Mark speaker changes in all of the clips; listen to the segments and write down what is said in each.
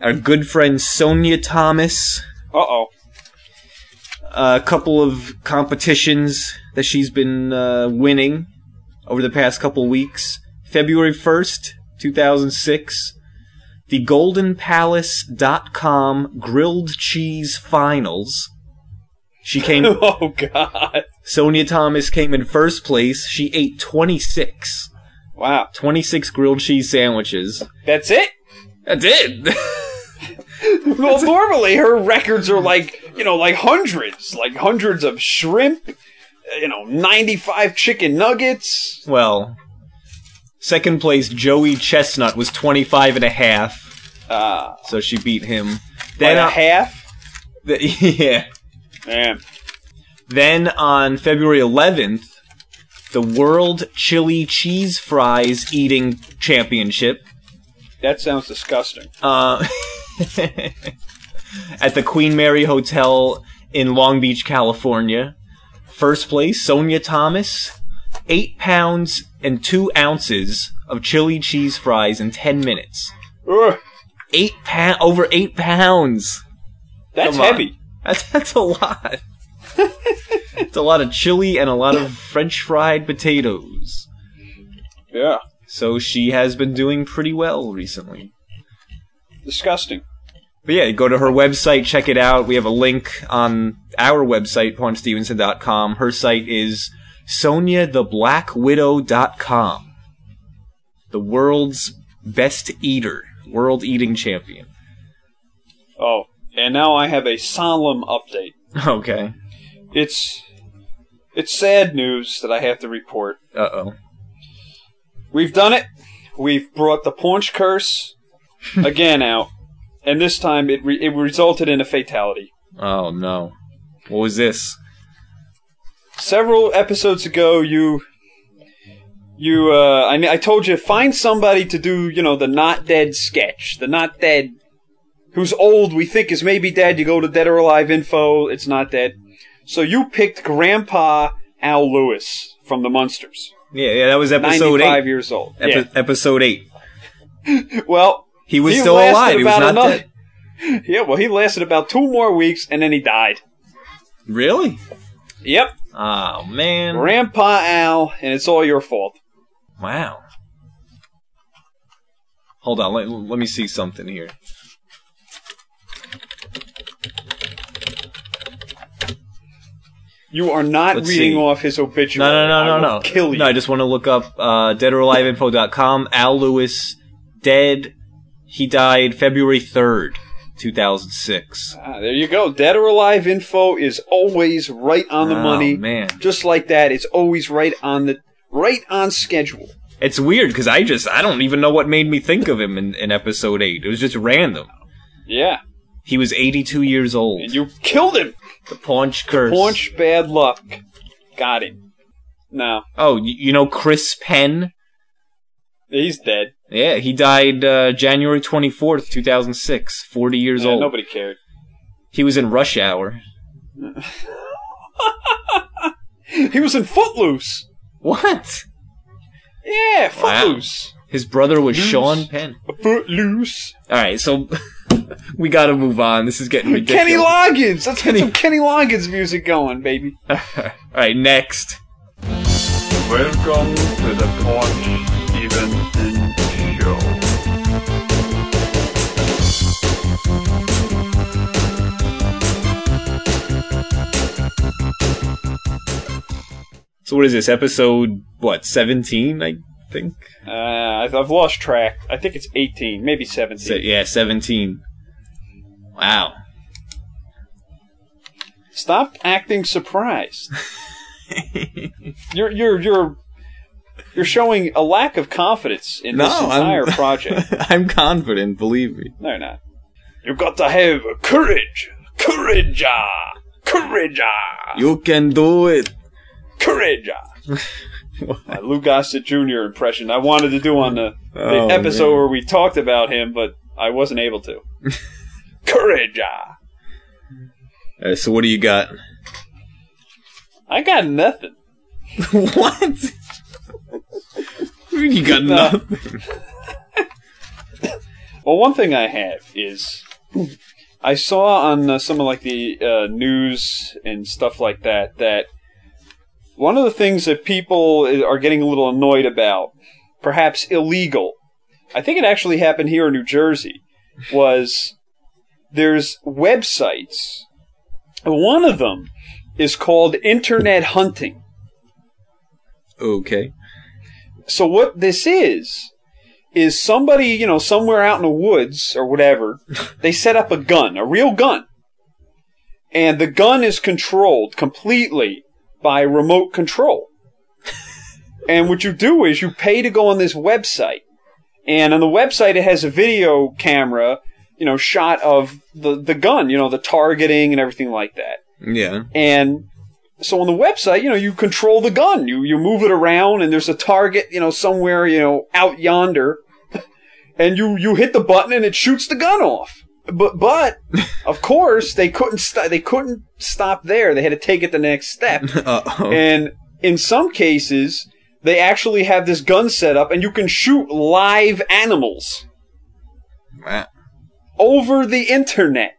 Speaker 1: our good friend Sonia Thomas,
Speaker 2: Uh oh.
Speaker 1: a couple of competitions that she's been uh, winning over the past couple weeks. February 1st, 2006, the goldenpalace.com grilled cheese finals. She came
Speaker 2: Oh god.
Speaker 1: Sonia Thomas came in first place. She ate 26
Speaker 2: Wow.
Speaker 1: 26 grilled cheese sandwiches.
Speaker 2: That's it.
Speaker 1: That's it.
Speaker 2: Well, normally her records are like you know like hundreds, like hundreds of shrimp. uh, You know, ninety-five chicken nuggets.
Speaker 1: well, second place Joey Chestnut was 25 and a half,
Speaker 2: Uh,
Speaker 1: so she beat him.
Speaker 2: and
Speaker 1: Then
Speaker 2: a
Speaker 1: I-
Speaker 2: half.
Speaker 1: th- yeah.
Speaker 2: Man.
Speaker 1: Then on February 11th, the World Chili Cheese Fries Eating Championship
Speaker 2: That sounds disgusting.
Speaker 1: uh, at the Queen Mary Hotel in Long Beach, California. First place, Sonia Thomas, eight pounds and two ounces of chili cheese fries in ten minutes.
Speaker 2: Ugh,
Speaker 1: Eight pound, over eight pounds.
Speaker 2: that's
Speaker 1: Come on.
Speaker 2: heavy.
Speaker 1: That's that's a lot. it's a lot of chili and a lot of French fried potatoes.
Speaker 2: Yeah.
Speaker 1: So she has been doing pretty well recently.
Speaker 2: Disgusting.
Speaker 1: But yeah, go to her website, check it out. We have a link on our website, pawnstevenson.com. Her site is soniatheblackwidow.com. The world's best eater, world eating champion.
Speaker 2: Oh, and now I have a solemn update.
Speaker 1: Okay.
Speaker 2: It's it's sad news that I have to report.
Speaker 1: Uh oh.
Speaker 2: We've done it. We've brought the paunch curse again out, and this time it re- it resulted in a fatality.
Speaker 1: Oh no. What was this?
Speaker 2: Several episodes ago, you you uh, I mean, I told you find somebody to do you know the not dead sketch, the not dead who's old we think is maybe dead. You go to dead or alive info, it's not dead. So you picked Grandpa Al Lewis from the Munsters.
Speaker 1: Yeah, yeah, that was episode
Speaker 2: 95
Speaker 1: eight.
Speaker 2: years old.
Speaker 1: Epi- Episode eight.
Speaker 2: yeah. Well,
Speaker 1: He was
Speaker 2: He
Speaker 1: still
Speaker 2: lasted
Speaker 1: alive. He was
Speaker 2: about
Speaker 1: not
Speaker 2: another-
Speaker 1: dead.
Speaker 2: yeah, well, he lasted about two more weeks and then he died.
Speaker 1: Really?
Speaker 2: Yep.
Speaker 1: Oh man.
Speaker 2: Grandpa Al, and it's all your fault.
Speaker 1: Wow. Hold on, let, let me see something here.
Speaker 2: You are not
Speaker 1: Let's
Speaker 2: reading
Speaker 1: see.
Speaker 2: off his obituary.
Speaker 1: No, no,
Speaker 2: I
Speaker 1: no, no,
Speaker 2: will
Speaker 1: no.
Speaker 2: Kill you.
Speaker 1: No, I just want to look up uh, deadoraliveinfo.com. Al Lewis, dead. He died February 3rd, 2006.
Speaker 2: Ah, there you go. Dead or alive info is always right on the
Speaker 1: Oh,
Speaker 2: money.
Speaker 1: man.
Speaker 2: Just like that, it's always right on the right on schedule.
Speaker 1: It's weird because I just, I don't even know what made me think of him in, in episode 8. It was just random.
Speaker 2: Yeah,
Speaker 1: He was 82 years old.
Speaker 2: and you killed him.
Speaker 1: the paunch curse.
Speaker 2: Paunch bad luck. Got him. No,
Speaker 1: Oh, you, you know Chris Penn?
Speaker 2: he's dead.
Speaker 1: Yeah, he died uh, January 24th, 2006. 40 years
Speaker 2: Yeah,
Speaker 1: old.
Speaker 2: nobody cared.
Speaker 1: He was in Rush Hour.
Speaker 2: He was in Footloose.
Speaker 1: What?
Speaker 2: Yeah,
Speaker 1: Wow.
Speaker 2: Footloose.
Speaker 1: His brother was
Speaker 2: Loose.
Speaker 1: Sean Penn.
Speaker 2: Footloose.
Speaker 1: All right, so we got to move on. This is getting ridiculous.
Speaker 2: Kenny Loggins. Let's
Speaker 1: Kenny-
Speaker 2: get some Kenny Loggins music going, baby.
Speaker 1: All right, next.
Speaker 3: Welcome to the Paunch Stevenson Show.
Speaker 1: So what is this episode? What seventeen? I think.
Speaker 2: Uh, I've I've lost track. I think it's 18, maybe 17.
Speaker 1: Se- yeah, seventeen. Wow.
Speaker 2: Stop acting surprised. you're you're you're you're showing a lack of confidence in this
Speaker 1: No, I'm-
Speaker 2: entire project.
Speaker 1: I'm confident. Believe me.
Speaker 2: No, you're not. You've got to have courage, courage, ah, courage, ah,
Speaker 1: You can do it.
Speaker 2: courage. ah. My Lou Gossett Jr. impression I wanted to do on the, the
Speaker 1: Oh,
Speaker 2: episode
Speaker 1: man.
Speaker 2: where we talked about him, but I wasn't able to. courage, ah.
Speaker 1: All right, so what do you got?
Speaker 2: I got nothing.
Speaker 1: what? you got
Speaker 2: No.
Speaker 1: nothing.
Speaker 2: Well, one thing I have is I saw on uh, some of like the uh, news and stuff like that that one of the things that people i- are getting a little annoyed about, perhaps illegal. I think it actually happened here in New Jersey. Was there's websites. One of them is called Internet Hunting.
Speaker 1: Okay.
Speaker 2: So what this is is somebody, you know, somewhere out in the woods or whatever, they set up a gun, a real gun. And the gun is controlled completely by remote control. and what you do is you pay to go on this website. And on the website it has a video camera, you know, shot of the the gun, you know, the targeting and everything like that.
Speaker 1: Yeah.
Speaker 2: And so on the website, you know, you control the gun. You you move it around and there's a target, you know, somewhere, you know, out yonder. And you you hit the button and it shoots the gun off. But but of course they couldn't st- they couldn't stop there. They had to take it the next step.
Speaker 1: Uh-oh.
Speaker 2: And in some cases, they actually have this gun set up and you can shoot live animals
Speaker 1: Wow.
Speaker 2: over the internet.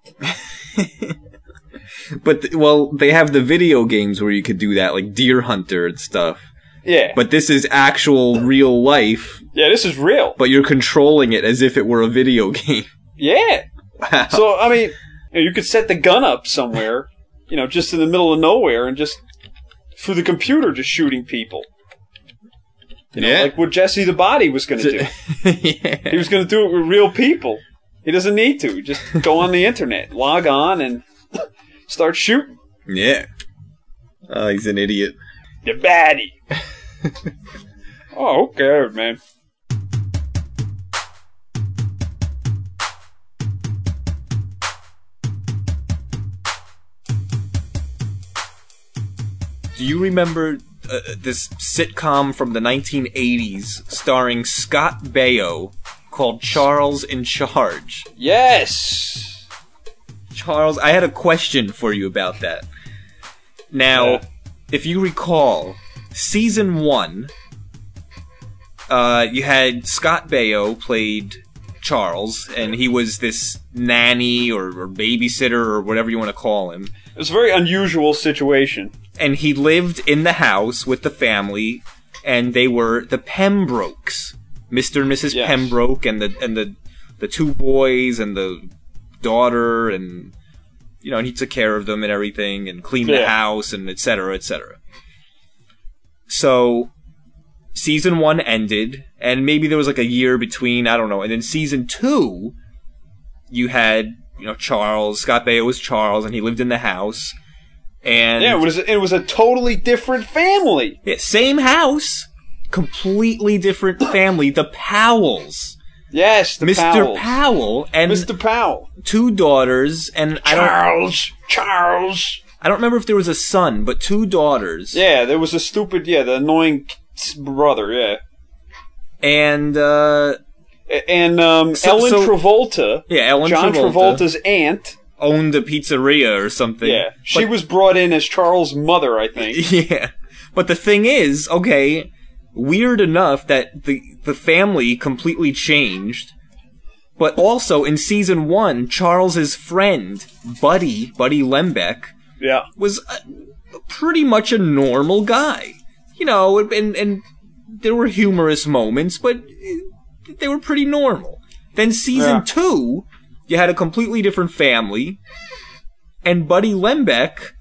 Speaker 1: But th- well, they have the video games where you could do that, like Deer Hunter and stuff.
Speaker 2: Yeah.
Speaker 1: But this is actual real life,
Speaker 2: yeah, this is real.
Speaker 1: but you're controlling it as if it were a video game.
Speaker 2: Yeah.
Speaker 1: Wow.
Speaker 2: So I mean, you, know, you could set the gun up somewhere, you know, just in the middle of nowhere, and just through the computer, just shooting people. You know,
Speaker 1: Yeah.
Speaker 2: like what Jesse the Body was going to do.
Speaker 1: yeah.
Speaker 2: He was going to do it with real people. He doesn't need to. Just go on the internet, log on, and start shooting
Speaker 1: Yeah. Oh, he's an idiot.
Speaker 2: the baddie. oh, who cares, man?
Speaker 1: Do you remember uh, this sitcom from the 1980s starring Scott Baio called Charles in Charge?
Speaker 2: Yes.
Speaker 1: Charles, I had a question for you about that. Now,
Speaker 2: Yeah.
Speaker 1: if you recall, season one, uh, you had Scott Baio played Charles, and he was this nanny or, or babysitter or whatever you want to call him.
Speaker 2: It was a very unusual situation.
Speaker 1: And he lived in the house with the family, and they were the Pembrokes, Mr. and Mrs.
Speaker 2: Yes.
Speaker 1: Pembroke, and the and the the two boys and the daughter and you know, and he took care of them and everything and cleaned the
Speaker 2: Yeah.
Speaker 1: house and et cetera, et cetera. So season one ended, and maybe there was like a year between, I don't know, and then season two you had, you know, Charles, Scott Baio was Charles, and he lived in the house. And
Speaker 2: Yeah, it was. It was a totally different family.
Speaker 1: yeah, same house, completely different family, the Powells.
Speaker 2: Yes, the
Speaker 1: Mr.
Speaker 2: Powells.
Speaker 1: Powell and
Speaker 2: Mr. Powell.
Speaker 1: two daughters and I don't
Speaker 2: Charles. Charles.
Speaker 1: I don't remember if there was a son, but two daughters.
Speaker 2: Yeah, there was a stupid, yeah, the annoying s- brother, yeah.
Speaker 1: And uh
Speaker 2: A- And um,
Speaker 1: So-
Speaker 2: Ellen
Speaker 1: so-
Speaker 2: Travolta,
Speaker 1: yeah, Ellen
Speaker 2: John
Speaker 1: Travolta,
Speaker 2: Travolta's aunt,
Speaker 1: owned a pizzeria or something.
Speaker 2: yeah, she
Speaker 1: But-
Speaker 2: was brought in as Charles' mother, I think.
Speaker 1: Yeah. But the thing is, okay, weird enough that the the family completely changed. But also in season 1, Charles's friend, Buddy, Buddy Lembeck,
Speaker 2: Yeah,
Speaker 1: was a, pretty much a normal guy. You know, and and there were humorous moments, but eh, they were pretty normal. Then season
Speaker 2: Yeah.
Speaker 1: 2, you had a completely different family and Buddy Lembeck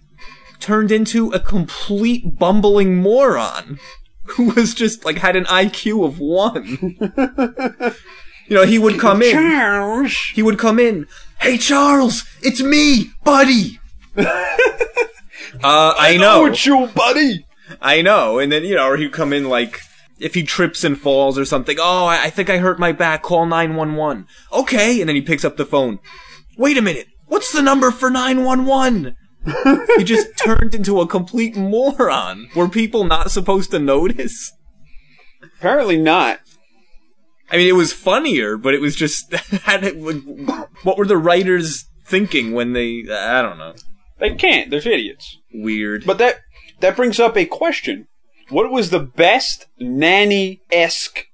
Speaker 1: turned into a complete bumbling moron who was just like had an IQ of 1. you know, he would come in
Speaker 2: Charles.
Speaker 1: he would come in. Hey, Charles, it's me, buddy. uh, I
Speaker 2: Oh,
Speaker 1: know,
Speaker 2: it's you, buddy.
Speaker 1: I know. And then you know, or he'd come in like if he trips and falls or something. Oh, I, I think I hurt my back. Call nine one one. Okay, and then he picks up the phone. Wait a minute, what's the number for nine one one? He just turned into a complete moron. Were people not supposed to notice?
Speaker 2: Apparently not.
Speaker 1: I mean, it was funnier, but it was just had it, what were the writers thinking when they? I don't know.
Speaker 2: They can't. They're idiots.
Speaker 1: weird.
Speaker 2: But that that brings up a question: What was the best nanny esque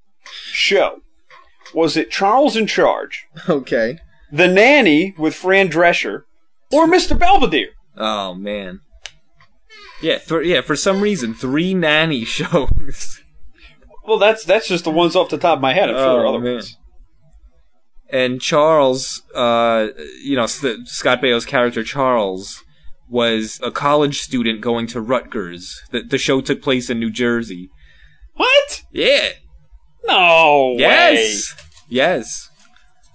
Speaker 2: show? was it Charles in Charge,
Speaker 1: Okay.
Speaker 2: The Nanny with Fran Drescher, or Mr. Belvedere?
Speaker 1: Oh man. Yeah, th- yeah. For some reason, three nanny shows,
Speaker 2: Well, that's that's just the ones off the top of my head. I'm sure there are
Speaker 1: Oh,
Speaker 2: other
Speaker 1: man.
Speaker 2: ones.
Speaker 1: and Charles, uh, you know, S- Scott Baio's character Charles was a college student going to Rutgers. The, the show took place in New Jersey.
Speaker 2: What?
Speaker 1: Yeah.
Speaker 2: No
Speaker 1: Yes. Yes.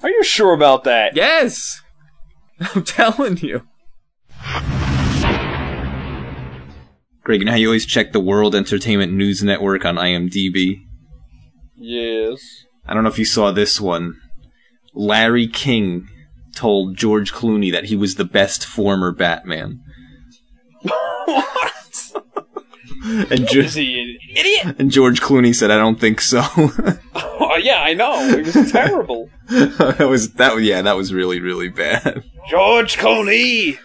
Speaker 2: way. Are you sure about that?
Speaker 1: Yes. I'm telling you. Greg, you know how you always check the World Entertainment News Network on IMDb?
Speaker 2: Yes.
Speaker 1: I don't know if you saw this one. Larry King told George Clooney that he was the best former Batman.
Speaker 2: what?
Speaker 1: And, Ge-
Speaker 2: Is he an idiot?
Speaker 1: and George Clooney said, I don't think so.
Speaker 2: Oh, yeah, I know. It was terrible.
Speaker 1: that was, that, yeah, that was really, really bad.
Speaker 2: George Clooney,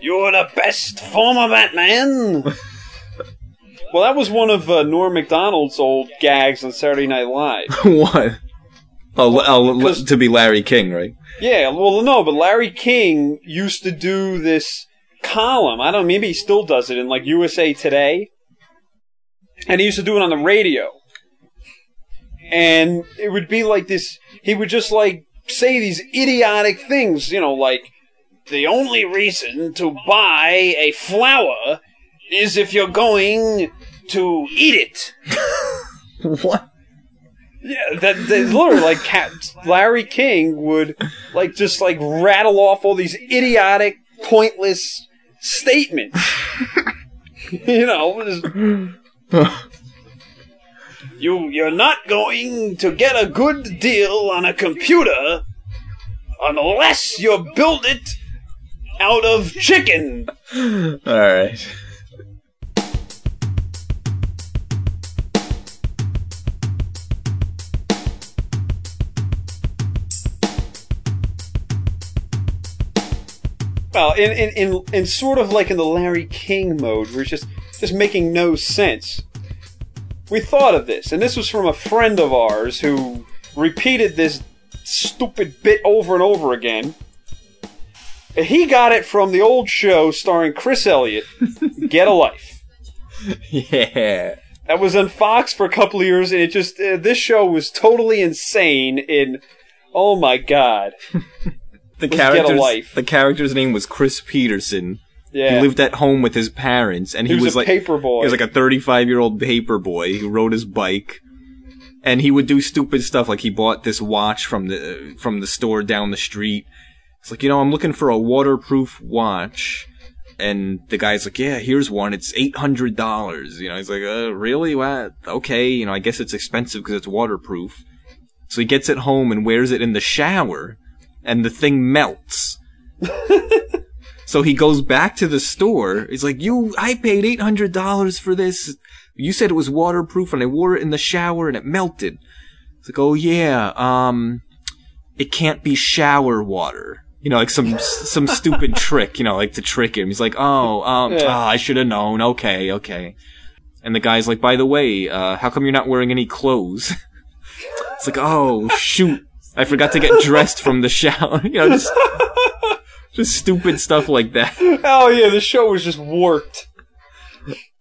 Speaker 2: you're the best former Batman. well, that was one of uh, Norm Macdonald's old gags on Saturday Night Live.
Speaker 1: what? Oh, oh,
Speaker 2: Because-
Speaker 1: to be Larry King, right?
Speaker 2: Yeah, well, no, but Larry King used to do this column. I don't know, maybe he still does it in like USA Today. And he used to do it on the radio. And it would be like this he would just like say these idiotic things, you know, like the only reason to buy a flower is if you're going to eat it.
Speaker 1: What?
Speaker 2: Yeah, that, that literally like Cat, Larry King would like just like rattle off all these idiotic, pointless statements. you know, just, you you're not going to get a good deal on a computer unless you build it out of chicken.
Speaker 1: All right.
Speaker 2: Well, in, in, in, in sort of like in the Larry King mode, where it's just, just making no sense. We thought of this, and this was from a friend of ours who repeated this stupid bit over and over again. He got it from the old show starring Chris Elliott, Get a Life.
Speaker 1: Yeah.
Speaker 2: That was on Fox for a couple of years, and it just, uh, this show was totally insane in, oh my god.
Speaker 1: The
Speaker 2: Let's get a
Speaker 1: character's
Speaker 2: life.
Speaker 1: the character's name was Chris Peterson.
Speaker 2: Yeah.
Speaker 1: He lived at home with his parents, and he,
Speaker 2: He was a
Speaker 1: like
Speaker 2: paper boy.
Speaker 1: He was like a thirty-five-year-old paper boy who rode his bike, and he would do stupid stuff like he bought this watch from the from the store down the street. It's like you know I'm looking for a waterproof watch, and the guy's like, yeah, here's one. It's eight hundred dollars. You know, he's like, uh, really? What? Okay, you know, I guess it's expensive because it's waterproof. So he gets it home and wears it in the shower, and the thing melts. so he goes back to the store. He's like, "You, I paid eight hundred dollars for this. You said it was waterproof, and I wore it in the shower, and it melted." It's like, "Oh yeah, um, it can't be shower water." You know, like some some stupid trick. You know, like to trick him. He's like, "Oh, um,
Speaker 2: Yeah.
Speaker 1: ah, I should have known. Okay, okay." And the guy's like, "By the way, uh, how come you're not wearing any clothes?" It's like, oh shoot, I forgot to get dressed from the shower. You know, just just stupid stuff like that.
Speaker 2: oh yeah, the show was just warped.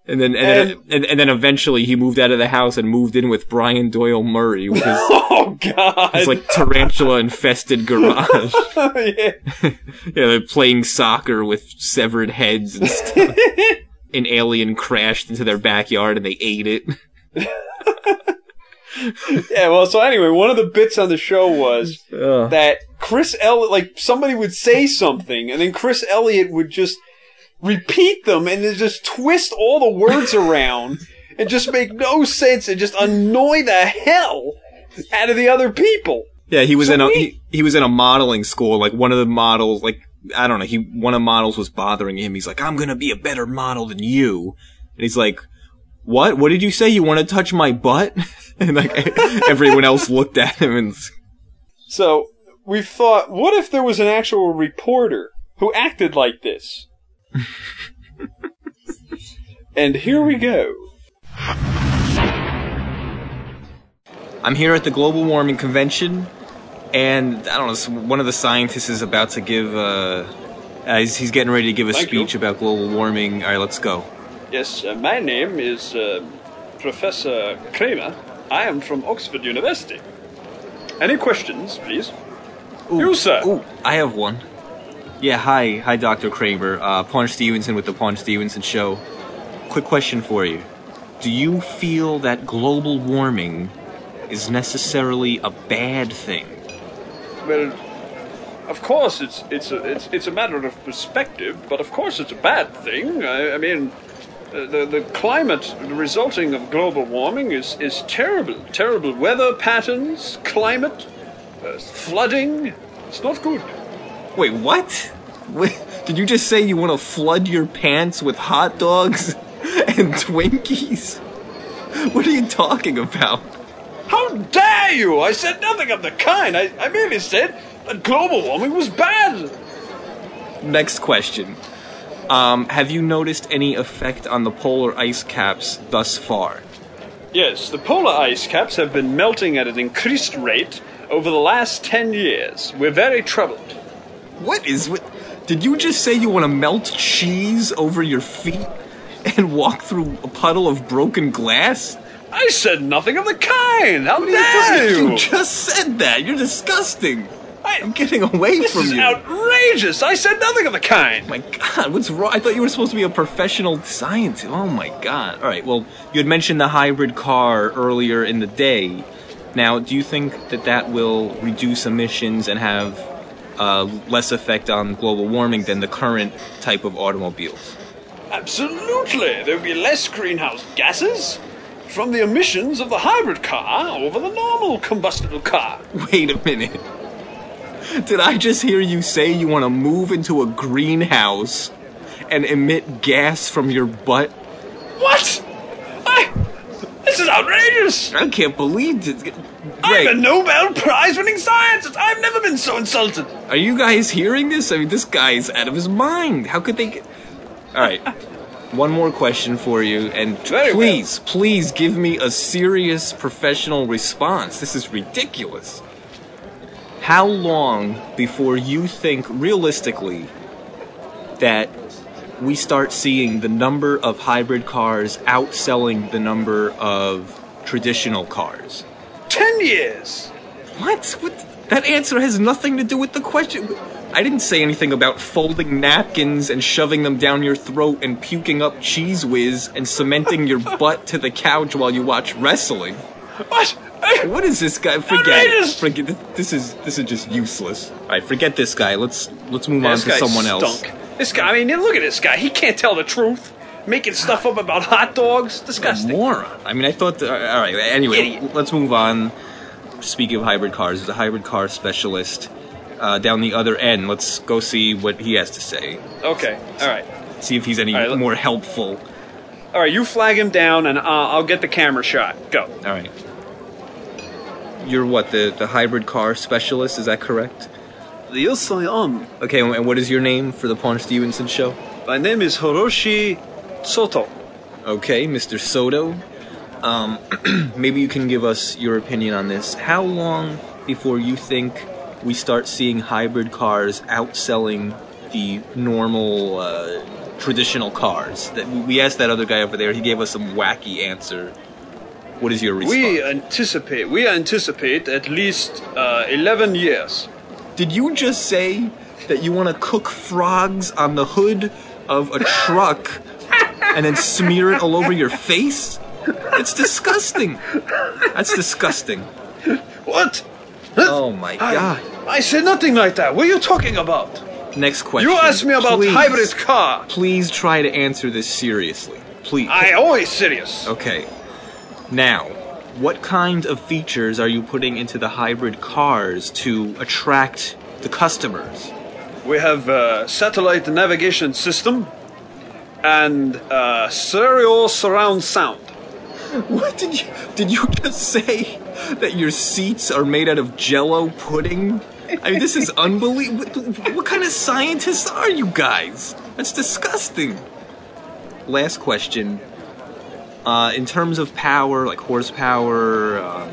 Speaker 1: And then and, then and, and then eventually he moved out of the house and moved in with Brian Doyle Murray with his,
Speaker 2: Oh god.
Speaker 1: his like tarantula infested garage.
Speaker 2: yeah.
Speaker 1: you know, they're playing soccer with severed heads and stuff. An alien crashed into their backyard and they ate it.
Speaker 2: Yeah, well, so anyway, one of the bits on the show was that Chris Elliott, like, somebody would say something, and then Chris Elliott would just repeat them and then just twist all the words around and just make no sense and just annoy the hell out of the other people.
Speaker 1: Yeah, he was
Speaker 2: So
Speaker 1: in a
Speaker 2: we-
Speaker 1: he, he was in a modeling school. Like one of the models, like I don't know, he one of the models was bothering him. He's like, "I'm gonna be a better model than you," and he's like, "What? What did you say? You want to touch my butt?" and like everyone else looked at him and
Speaker 2: So we thought, what if there was an actual reporter who acted like this? and here we go.
Speaker 1: I'm here at the global warming convention, and I don't know. s- One of the scientists is about to give. Uh, uh, he's, he's getting ready to give a
Speaker 2: Thank you.
Speaker 1: speech about global warming. All right, let's go.
Speaker 2: Yes, uh, my name is uh, Professor Kramer. I am from Oxford University. Any questions, please? You, sir.
Speaker 1: Ooh, I have one. Yeah, hi, hi, Dr. Kramer. Uh, Paunch Stevenson with the Paunch Stevenson Show. Quick question for you. Do you feel that global warming is necessarily a bad thing?
Speaker 2: Well, of course, it's it's a it's, it's a matter of perspective, but of course, it's a bad thing. I, I mean, uh, the the climate resulting of global warming is is terrible. Terrible weather patterns, climate, uh, flooding. It's not good.
Speaker 1: Wait, what? Wait, did you just say you want to flood your pants with hot dogs and Twinkies? What are you talking about?
Speaker 2: How dare you! I said nothing of the kind. I, I merely said that global warming was bad.
Speaker 1: Next question. Um, have you noticed any effect on the polar ice caps thus far?
Speaker 2: Yes, the polar ice caps have been melting at an increased rate over the last ten years. We're very troubled.
Speaker 1: What is with? Did you just say you want to melt cheese over your feet and walk through a puddle of broken glass?
Speaker 2: I said nothing of the kind. How
Speaker 1: Fuck,
Speaker 2: dare you?
Speaker 1: You just said that. You're disgusting.
Speaker 2: I-
Speaker 1: I'm getting away
Speaker 2: this
Speaker 1: from
Speaker 2: is
Speaker 1: you. Oh
Speaker 2: outrageous. I said nothing of the kind.
Speaker 1: my god, what's wrong? I thought you were supposed to be a professional scientist. Oh my god. All right, well, you had mentioned the hybrid car earlier in the day. Now, do you think that that will reduce emissions and have uh, less effect on global warming than the current type of automobiles?
Speaker 2: Absolutely, there'll be less greenhouse gases from the emissions of the hybrid car over the normal combustible car.
Speaker 1: Wait a minute. Did I just hear you say you want to move into a greenhouse and emit gas from your butt?
Speaker 2: What? I. This is outrageous.
Speaker 1: I can't believe this.
Speaker 2: I'm a
Speaker 1: Greg,
Speaker 2: Nobel Prize-winning scientist. I've never been so insulted.
Speaker 1: are you guys hearing this? I mean, this guy's out of his mind. How could they get. Alright. One more question for you, and t-
Speaker 2: Very well.
Speaker 1: please, please give me a serious professional response. This is ridiculous. How long before you think realistically that we start seeing the number of hybrid cars outselling the number of traditional cars?
Speaker 2: Ten years.
Speaker 1: What? What? That answer has nothing to do with the question. I didn't say anything about folding napkins and shoving them down your throat and puking up cheese whiz and cementing your butt to the couch while you watch wrestling.
Speaker 2: What? I-
Speaker 1: What is this guy? Forget it.
Speaker 2: Outrageous!
Speaker 1: Forget it. this is this is just useless. All right, forget this guy. Let's let's move on
Speaker 2: this
Speaker 1: to
Speaker 2: guy
Speaker 1: someone
Speaker 2: stunk.
Speaker 1: else.
Speaker 2: This guy. I mean, look at this guy. He can't tell the truth. Making stuff up about hot dogs. Disgusting.
Speaker 1: Moron. I mean, I thought. That, all right. Anyway,
Speaker 2: Idiot.
Speaker 1: let's move on. Speaking of hybrid cars, there's a hybrid car specialist uh, down the other end. Let's go see what he has to say.
Speaker 2: Okay. All right.
Speaker 1: See if he's any
Speaker 2: All right, let-
Speaker 1: more helpful.
Speaker 2: All right. You flag him down, and uh, I'll get the camera shot. Go.
Speaker 1: All right. You're what the the hybrid car specialist? Is that correct?
Speaker 2: Yes, I am.
Speaker 1: Okay, and and what is your name for the Paunch Stevenson show?
Speaker 2: My name is Hiroshi Soto.
Speaker 1: Okay, Mr. Soto. Um, maybe you can give us your opinion on this. How long before you think we start seeing hybrid cars outselling the normal uh, traditional cars? That we asked that other guy over there. He gave us some wacky answer. What is your response?
Speaker 2: We anticipate. We anticipate at least uh, eleven years.
Speaker 1: Did you just say that you want to cook frogs on the hood of a truck and then smear it all over your face? It's disgusting. That's disgusting.
Speaker 2: What?
Speaker 1: Oh my
Speaker 2: I-
Speaker 1: god.
Speaker 2: I said nothing like that. What are you talking about?
Speaker 1: Next question.
Speaker 2: You asked me about
Speaker 1: Please-
Speaker 2: hybrid car.
Speaker 1: Please try to answer this seriously. Please.
Speaker 2: I always serious.
Speaker 1: Okay. Now, what kind of features are you putting into the hybrid cars to attract the customers?
Speaker 2: We have a satellite navigation system and uh, stereo surround sound.
Speaker 1: What did you did you just say that your seats are made out of jello pudding? I mean, this is unbelievable. What, what kind of scientists are you guys? That's disgusting. Last question. Uh, in terms of power, like horsepower, um,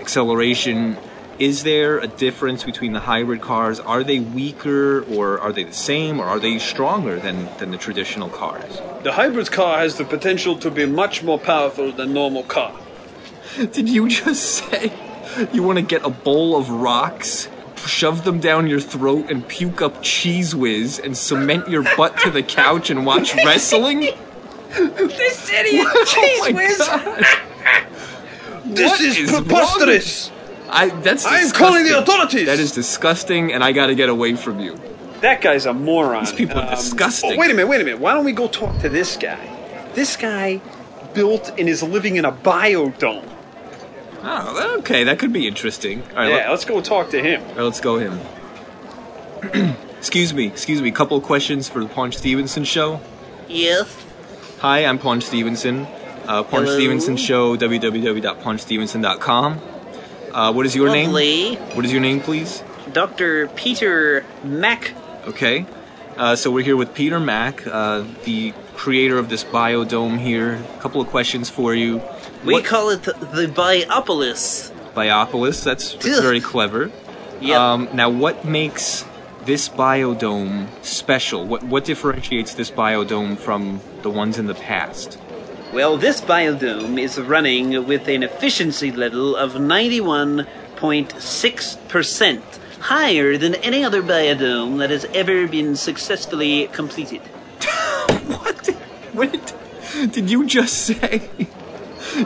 Speaker 1: acceleration. Is there a difference between the hybrid cars? Are they weaker, or are they the same, or are they stronger than, than the traditional cars?
Speaker 2: The hybrid car has the potential to be much more powerful than normal car.
Speaker 1: Did you just say you want to get a bowl of rocks, shove them down your throat, and puke up cheese whiz, and cement your butt to the couch and watch wrestling?
Speaker 4: This idiot cheese
Speaker 1: oh my
Speaker 4: whiz.
Speaker 1: God.
Speaker 2: This
Speaker 1: What
Speaker 2: is
Speaker 1: is wrong
Speaker 2: preposterous.
Speaker 1: I, that's
Speaker 2: I am calling the
Speaker 1: disgusting.
Speaker 2: authorities.
Speaker 1: That is disgusting, and I gotta get away from you.
Speaker 2: That guy's a moron. These
Speaker 1: people are disgusting.
Speaker 2: wait a minute, wait a minute. Why don't we go talk to this guy? This guy built and is living in a biodome.
Speaker 1: Oh, okay, that could be interesting. All right,
Speaker 2: Yeah, let's go talk to him.
Speaker 1: let, us go him. excuse me, excuse me. Couple of questions for the Paunch Stevenson show.
Speaker 4: Yes.
Speaker 1: Hi, I'm Paunch Stevenson. Uh, Paunch
Speaker 4: Hello.
Speaker 1: Stevenson show. www.paunchstevenson.com. Uh, what is your
Speaker 4: Lovely.
Speaker 1: name? What is your name, please?
Speaker 4: Dr. Peter Mac.
Speaker 1: Okay. Uh, so we're here with Peter Mack, uh, the creator of this biodome here. A couple of questions for you.
Speaker 4: We
Speaker 1: What-
Speaker 4: call it the Biopolis.
Speaker 1: Biopolis. That's, that's
Speaker 4: Ugh.
Speaker 1: very clever.
Speaker 4: Yep.
Speaker 1: Um, now, what makes this biodome special? What what differentiates this biodome from the ones in the past?
Speaker 4: Well, this biodome is running with an efficiency level of 91.6%, higher than any other biodome that has ever been successfully completed.
Speaker 1: What? Did, what did, did you just say?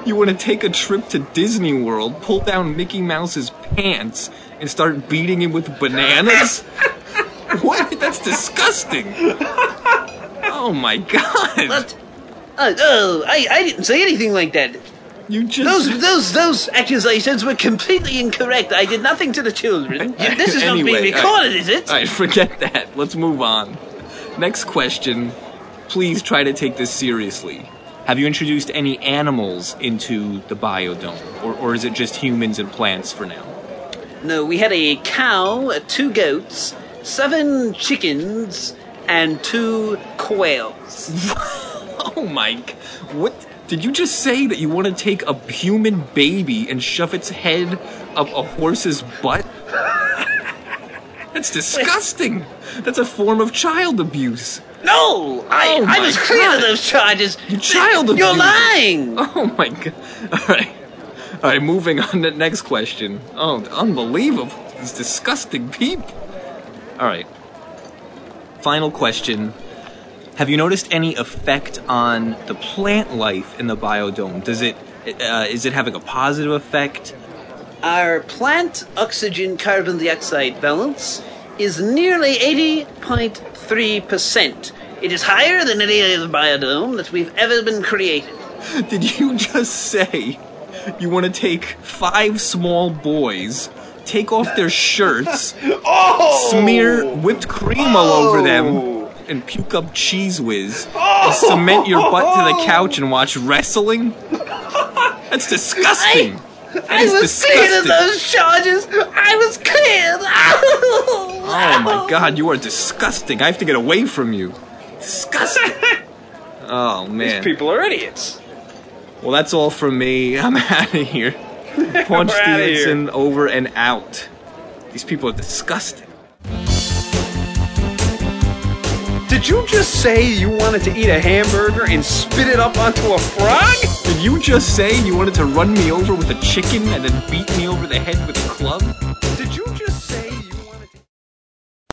Speaker 1: You want to take a trip to Disney World, pull down Mickey Mouse's pants, and start beating him with bananas? what? That's disgusting. Oh my god!
Speaker 4: But, uh, oh, I, I didn't say anything like that.
Speaker 1: you just
Speaker 4: Those, those, those accusations were completely incorrect. I did nothing to the children. This is not
Speaker 1: Anyway,
Speaker 4: being recorded, is it?
Speaker 1: All right, forget that. Let's move on. Next question. Please try to take this seriously. Have you introduced any animals into the biodome, or, or is it just humans and plants for now?
Speaker 4: No, we had a cow, uh, two goats, seven chickens, and two quails.
Speaker 1: Oh my! g- What did you just say? That you want to take a human baby and shove its head up a horse's butt? That's disgusting. That's a form of child abuse.
Speaker 4: No, I,
Speaker 1: Oh
Speaker 4: I
Speaker 1: my
Speaker 4: was clear
Speaker 1: God.
Speaker 4: of those charges.
Speaker 1: You child
Speaker 4: You're
Speaker 1: abuse.
Speaker 4: lying.
Speaker 1: Oh my god. Alright. Alright, moving on to the next question. Oh, unbelievable. These disgusting people. Alright. Final question. Have you noticed any effect on the plant life in the biodome? Does it uh, is it having a positive effect?
Speaker 4: Our plant oxygen carbon dioxide balance is nearly 80.3%. It is higher than any other biodome that we've ever been created.
Speaker 1: Did you just say you want to take five small boys, take off their shirts,
Speaker 2: Oh!
Speaker 1: smear whipped cream all
Speaker 4: Oh!
Speaker 1: over them and puke up cheese whiz and cement your butt to the couch and watch wrestling? That's disgusting. That
Speaker 4: I
Speaker 1: is
Speaker 4: was clear of
Speaker 1: disgusting.
Speaker 4: those charges. I was clear. oh
Speaker 1: Oh my god, you are disgusting. I have to get away from you. Disgusting. Oh man.
Speaker 2: People are idiots.
Speaker 1: Well, that's all from me. I'm out of here. Punch
Speaker 2: We're outta here.
Speaker 1: Stevenson over and out. These people are disgusting.
Speaker 2: Did you just say you wanted to eat a hamburger and spit it up onto a frog?
Speaker 1: Did you just say you wanted to run me over with a chicken and then beat me over the head with a club?